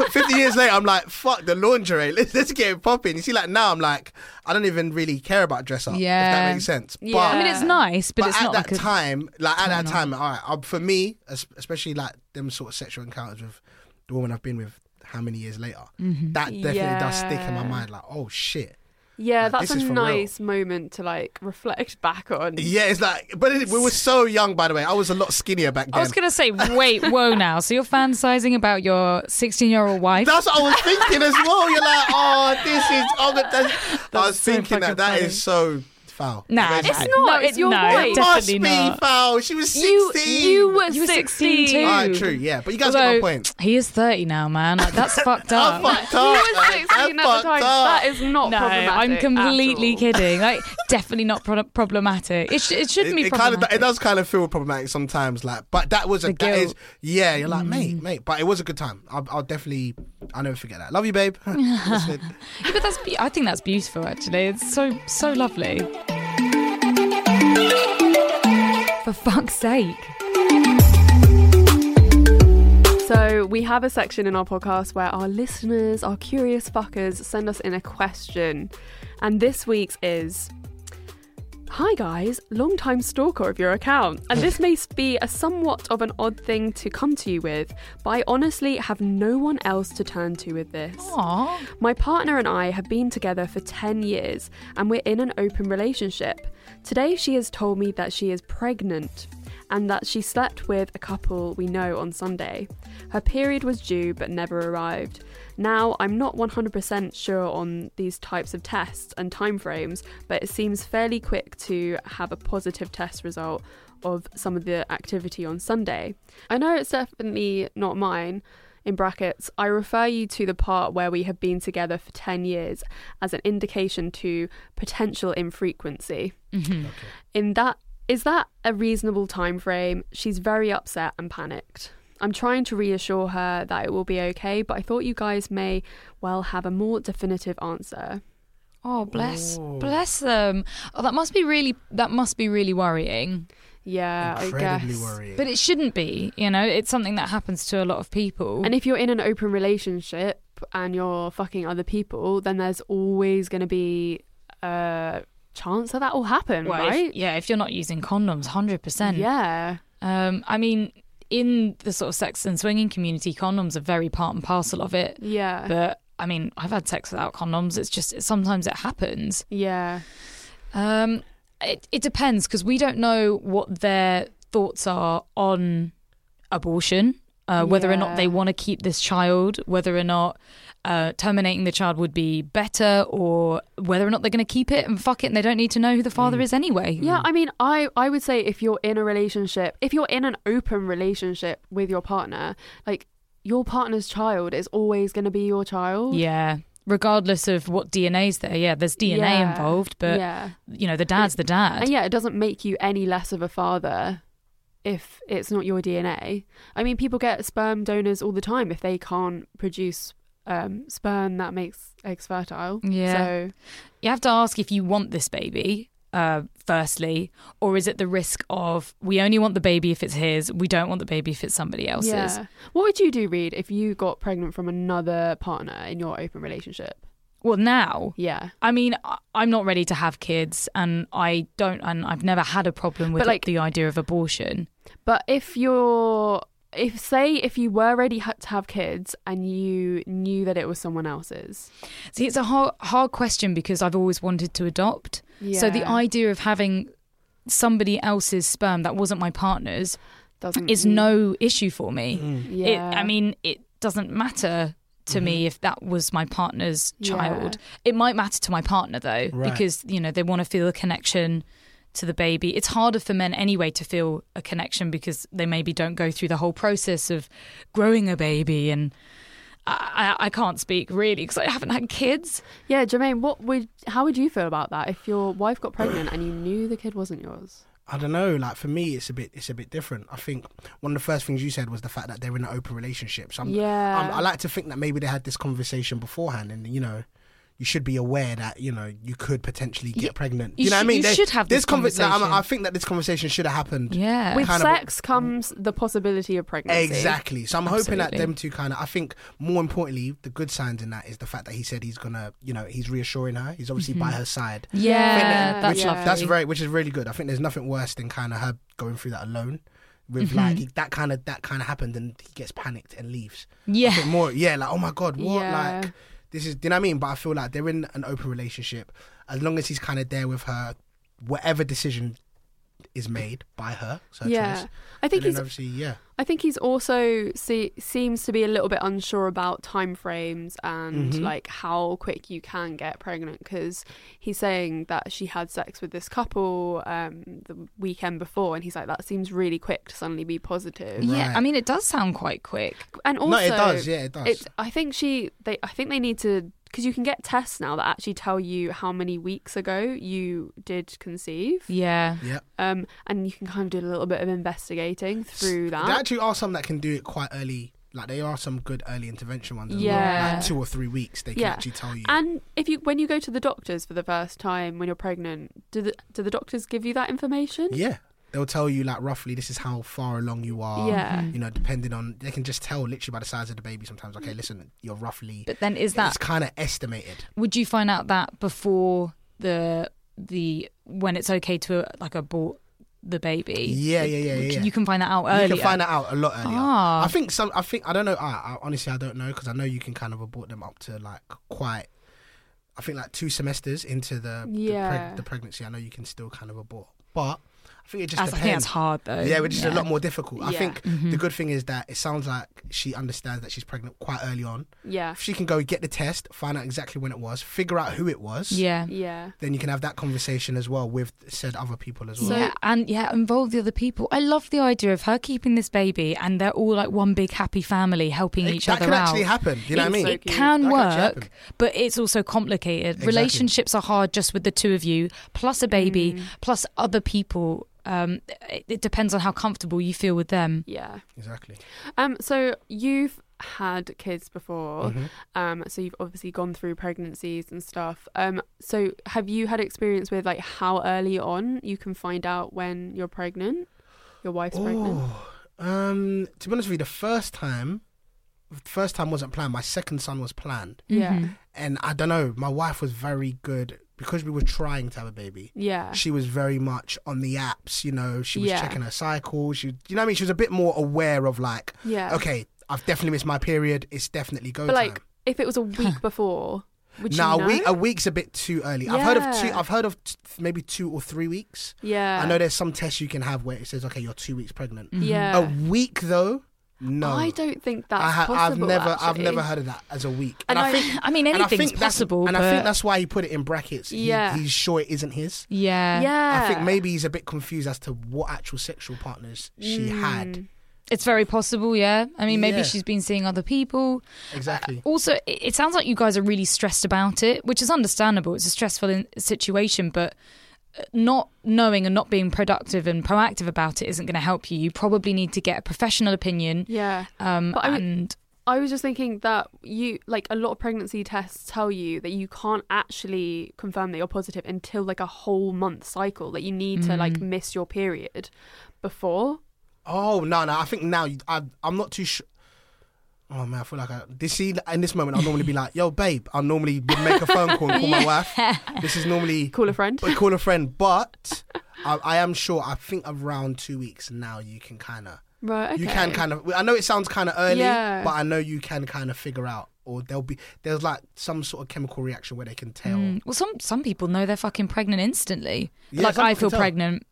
15 years later, I'm like, fuck the lingerie. Let's let's get it popping. You see, like now, I'm like, I don't even really care about dress up. if that
Yeah.
makes sense.
Yeah.
I mean, it's nice, but,
but
it's
at
not like
that
a,
time, like at that time, all right, um, for me, es- especially like them sort of sexual encounters with the woman I've been with, how many years later,
Mm-hmm.
that definitely does stick in my
Yeah.
mind. Like, oh shit,
Yeah,
Like,
that's
this is
a
for real.
nice moment to like reflect back on.
yeah, it's like, but it, we were so young, by the way. I was a lot skinnier back then.
I was gonna say, wait, whoa, now. So you're fantasizing about your 16 year old wife?
That's what I was thinking as well. You're like, oh, this is. Oh, but that's, I was
so
thinking
fucking
that that
funny.
is so foul.
Nah,
Imagine.
It's
no,
not,
No,
it's your
no,
wife.
It
It
must
definitely
be
not.
foul. She was
You,
16.
you were
You were
16.
16 too.
All right, true, yeah, but you guys get my
Although,
point.
He is 30 now, man. Like, that's fucked
I
up.
fucked
He
up.
was
man.
16
I
at the
fucked up.
time. That is not
no,
problematic.
I'm
at
completely
all.
kidding. Like, definitely not pro- problematic. It, sh- it shouldn't be
it kind
problematic.
of it does kind of feel problematic sometimes like but that was a
The
that is
guilt. Mm.
yeah you're like mate mate but it was a good time I'll, I'll definitely I'll never forget that love you babe That's it.
Yeah, but that's be- I think that's beautiful, actually. It's so, so lovely.
For fuck's sake.
So we have a section in our podcast where our listeners, our curious fuckers, send us in a question. And this week's is Hi guys, long time stalker of your account. And this may be a somewhat of an odd thing to come to you with, but I honestly have no one else to turn to with this.
Aw.
My partner and I have been together for 10 years and we're in an open relationship. Today, she has told me that she is pregnant and that she slept with a couple we know on Sunday. Her period was due but never arrived. Now, I'm not 100% sure on these types of tests and timeframes, but it seems fairly quick to have a positive test result of some of the activity on Sunday. I know it's definitely not mine, in brackets, I refer you to the part where we have been together for 10 years as an indication to potential infrequency.
Mm-hmm.
In that is that a reasonable time frame? She's very upset and panicked. I'm trying to reassure her that it will be okay, but I thought you guys may well have a more definitive answer.
Oh, bless, bless them. Oh, that must be really, that must be really worrying.
Yeah, I
Incredibly
guess.
worrying.
But it shouldn't be. You know, it's something that happens to a lot of people.
And if you're in an open relationship and you're fucking other people, then there's always going to be a chance that that will happen,
Well, if-
right?
yeah, if you're not using condoms, hundred percent.
Yeah.
Um, I mean, in the sort of sex and swinging community, condoms are very part and parcel of it.
Yeah.
But I mean, I've had sex without condoms. It's just sometimes it happens. Hmm.
yeah.
Um, it, it depends because we don't know what their thoughts are on abortion, uh, whether or
Yeah.
not they want to keep this child, whether or not uh, terminating the child would be better, or whether or not they're going to keep it and fuck it, and they don't need to know who the father is anyway.
Mm. Yeah, I mean, I, I would say if you're in a relationship, if you're in an open relationship with your partner, like your partner's child is always going to be your child.
Yeah. Regardless of what DNA's there, yeah, there's DNA
Yeah.
involved, but
yeah.
you know, the dad's the dad.
And yeah, it doesn't make you any less of a father if it's not your DNA. I mean, people get sperm donors all the time if they can't produce um, sperm that makes eggs fertile.
Yeah.
So,
You have to ask if you want this baby, uh, firstly, or is it the risk of we only want the baby if it's his, we don't want the baby if it's somebody else's?
yeah. What would you do, Reed, if you got pregnant from another partner in your open relationship?
Well, now,
Yeah.
I mean, I- I'm not ready to have kids, and I don't, and I've never had a problem with
But, like-
the idea of abortion.
But if you're, if say, if you were ready ha- to have kids and you knew that it was someone else's,
See, it's a hard, hard question because I've always wanted to adopt. So the
Yeah.
idea of having somebody else's sperm that wasn't my partner's
doesn't
is no issue for me.
Yeah.
It, I mean, it doesn't matter to me if that was my partner's child. It might matter to my partner though,
Right.
because you know they want to feel a connection to the baby. It's harder for men anyway to feel a connection because they maybe don't go through the whole process of growing a baby and. I, I I can't speak really because I haven't had kids.
Yeah, Jermaine, what would how would you feel about that if your wife got pregnant and you knew the kid wasn't yours?
I don't know. Like for me, it's a bit, it's a bit different. I think one of the first things you said was the fact that they're in an open relationship. So I'm,
Yeah.
I'm, I like to think that maybe they had this conversation beforehand, and you know, you should be aware that you know you could potentially get pregnant.
you
You, know what
should-
I mean?
you
They-
should have this
conver- like, I'm-
conversation.
I think that this conversation should have happened.
Yeah.
With
Kind of-
sex comes the possibility of pregnancy.
Exactly. So I'm hoping that
Absolutely.
them two kind of. I think more importantly, the good signs in that is the fact that he said he's gonna. You know, he's reassuring her. He's obviously by
Mm-hmm.
her side.
Uh,
yeah,
Yeah.
that's
which,
lovely.
That's very, which is really good. I think there's nothing worse than kind of her going through that alone. With
Mm-hmm.
like he- that kind of that kind of happened, and he gets panicked and leaves. I
yeah.
think more, yeah, like oh my god, what?
Yeah.
Like this is, do you know what I mean? But I feel like they're in an open relationship. As long as he's kind of there with her, whatever decision is made by her, so
Yeah.
choice.
I think
and then
he's
obviously, yeah,
I think he's also se- seems to be a little bit unsure about timeframes and
Mm-hmm.
like how quick you can get pregnant because he's saying that she had sex with this couple um, the weekend before and he's like that seems really quick to suddenly be positive.
Yeah, I
Right.
mean, it does sound quite quick.
And also
no, it does, yeah, it does.
It's, I think she. They. I think they need to because you can get tests now that actually tell you how many weeks ago you did conceive.
Yeah.
yeah.
Um, and you can kind of do a little bit of investigating through
There
that.
actually are some that can do it quite early. Like they are some good early intervention ones. as well.
Yeah.
like two or three weeks they can
Yeah.
actually tell you.
And if you when you go to the doctors for the first time when you're pregnant, do the do the doctors give you that information?
yeah, they'll tell you like roughly this is how far along you are.
Yeah.
You know, depending on they can just tell literally by the size of the baby sometimes, okay, listen, you're roughly
But then is that
it's kinda estimated.
would you find out that before the the when it's okay to like abort the baby?
Yeah, yeah, yeah, yeah, yeah.
You can find that out earlier.
You can find that out a lot earlier.
Ah.
I think some. I think I don't know. I, I honestly I don't know because I know you can kind of abort them up to like quite. I think like two semesters into the the preg-
Yeah.
the, pregnancy, I know you can still kind of abort, but I think it just
That's, I think
depends.
that's hard Mm-hmm. though.
Yeah, which is a lot more difficult. I
Yeah.
think the good thing is that it sounds like she understands that she's pregnant quite early on.
Yeah.
If she can go get the test, find out exactly when it was, figure out who it was,
Yeah.
Yeah.
then you can have that conversation as well with said other people as well.
yeah, and yeah, involve the other people. I love the idea of her keeping this baby, and they're all like one big happy family helping
It-
each
that
other
could
out.
actually happen. You know what I
It's-
mean?
It can
That could actually happen.
work, but it's also complicated. Relationships are hard just with the two of you, plus a baby, plus other people. Um, it, it depends on how comfortable you feel with them.
Yeah.
Exactly.
Um, so you've had kids before,
Mm-hmm.
um, so you've obviously gone through pregnancies and stuff. Um, so have you had experience with like how early on you can find out when you're pregnant, your wife's pregnant?
Oh, um, to be honest with you, the first time, the first time wasn't planned. My second son was planned,
Mm-hmm.
Yeah,
and I don't know. My wife was very good because we were trying to have a baby.
yeah,
She was very much on the apps, you know. She was
Yeah.
checking her cycle. She, you know, what I mean, she was a bit more aware of like,
yeah.
okay, I've definitely missed my period. It's definitely go
but
time.
like if it was a week before, would you
now a
know?
week, a week's a bit too early. I've heard of two.
Yeah.
I've heard of t- maybe two or three weeks.
yeah,
I know there's some tests you can have where it says, okay, you're two weeks pregnant.
Yeah,
A week though, no.
I don't think that's
I ha-
possible.
I've never,
actually.
I've never heard of that as a week.
And I-
I mean,
and I
anything's
think that's-
possible.
And I think
but-
that's why he put it in brackets. He-
Yeah.
he's sure it isn't his.
yeah,
Yeah,
I think maybe he's a bit confused as to what actual sexual partners she
Mm.
had.
it's very possible. Yeah, I mean, maybe
Yeah.
she's been seeing other people.
Exactly.
Also, it, it sounds like you guys are really stressed about it, which is understandable. It's a stressful in- situation, but uh, not knowing and not being productive and proactive about it isn't going to help you. You probably need to get a professional opinion.
yeah.
Um,
But I mean-
and
I was just thinking that you like a lot of pregnancy tests tell you that you can't actually confirm that you're positive until like a whole month cycle that you need to
Mm.
like miss your period before.
Oh no, no. I think now you- I, I'm not too sure. Oh man, I feel like I this see in this moment I'll normally be like, "Yo, babe," I'll normally would make a phone call and call my wife. This is normally
Call a friend.
but call a friend, but I, I am sure. I think around two weeks now you can kind of.
Right. Okay.
You can kind of. I know it sounds kind of early,
Yeah.
but I know you can kind of figure out, or there'll be there's like some sort of chemical reaction where they can tell.
well, some some people know they're fucking pregnant instantly.
Yeah,
like
some
I
people
feel
tell.
pregnant.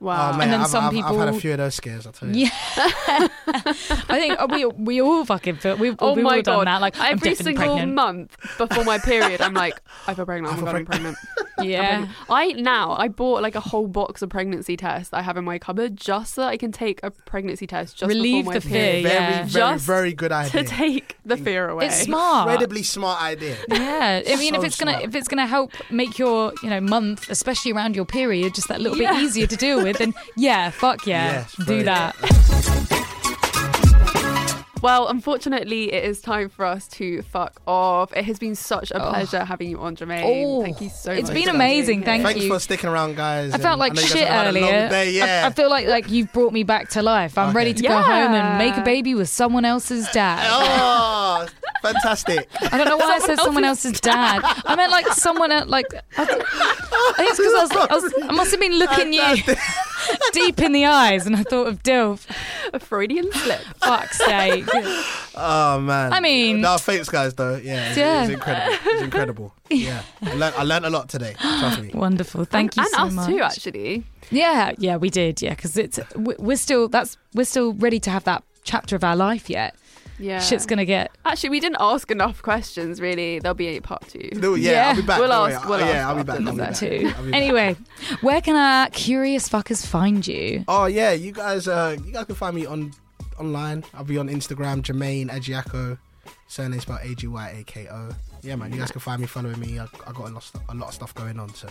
Wow.
Oh man,
And then
I've,
some
I've, I've had a
people-
few of those scares. I tell you.
Yeah, I think uh, we we all fucking feel we've,
Oh
we've
my
all
god!
done that. Like I'm
every
definitely
single
pregnant.
month before my period, I'm like, I feel pregnant. Oh my god, I'm pregnant.
Yeah,
I now I bought like a whole box of pregnancy tests I have in my cupboard just so that I can take a pregnancy test just
Relieve
before my
the fear,
period
Very,
Yeah.
very,
Just
very good idea.
to take the fear away.
it's smart.
Incredibly smart idea.
Yeah, I mean,
So
if it's gonna
smart.
if it's gonna help make your you know month, especially around your period, just that little bit easier to deal with, then yeah, fuck yeah,
Yes,
do
very-
that.
Well, unfortunately, it is time for us to fuck off. It has been such a pleasure having you on, Jermaine.
Oh,
thank you so
it's
much.
been
for
amazing,
being
thank
here.
Thanks
you.
for sticking around, guys.
I felt
and
like
know you guys
shit
have had a long
earlier.
day, Yeah.
I, I feel like like you've brought me back to life. I'm
Okay.
ready to go
Yeah.
home and make a baby with someone else's dad.
oh, fantastic.
I don't know why I said someone else's dad. I meant like someone el- like. I think I think it's because I, was, I, was, I must have been looking you deep in the eyes, and I thought of Dilf.
A Freudian slip.
Fuck's sake.
Oh man.
I mean-
no thanks, guys. Though, yeah, it-
Yeah.
it was incredible. It was incredible. Yeah, I learned, I learned a lot today. Trust me.
Wonderful. Thank you
and
so
us
much.
too, actually.
Yeah, yeah, we did. Yeah, because it's we- we're still that's we're still ready to have that chapter of our life yet.
Yeah.
Shit's gonna get.
Actually, we didn't ask enough questions. Really, there'll be a part two.
No, yeah,
Yeah.
I'll be back.
We'll
don't worry.
ask- we'll
yeah,
ask
I'll be
after
back. I'll be
that
back.
too.
I'll be back.
Anyway, where can our curious fuckers find you?
Oh yeah, you guys. Uh, you guys can find me on online. I'll be on Instagram, Jermaine Agiako. Surname spelled A G Y A K O. Yeah, man. You guys can find me following me. I, I got a lot, a lot of stuff going on, so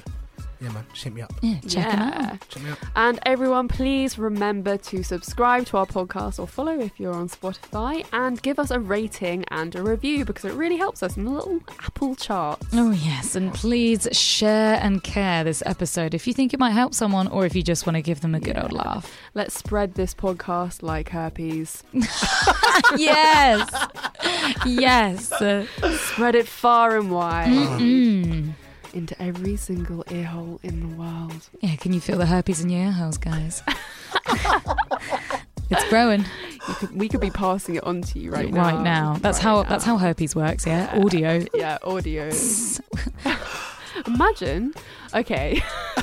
Yeah, man. Just hit me up.
Yeah, check them out.
Check me out.
And everyone, please remember to subscribe to our podcast or follow if you're on Spotify and give us a rating and a review because it really helps us in the little Apple charts.
Oh, yes. And please share and care this episode if you think it might help someone or if you just want to give them a good old laugh.
Let's spread this podcast like herpes.
yes. yes. uh,
Spread it far and wide
hmm.
into every single ear hole in the world.
Yeah, can you feel the herpes in your ear holes, guys? it's growing
You could, we could be passing it on to you right
right
now.
now. That's
Right
how
now.
that's how herpes works, yeah. Audio.
Yeah, audio. Imagine. Okay.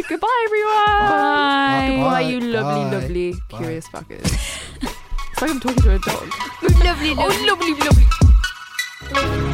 Goodbye, everyone.
Bye.
Bye, you
Bye.
lovely, lovely,
Bye.
curious fuckers. it's like I'm talking to a dog.
Lovely,
Oh, lovely, lovely.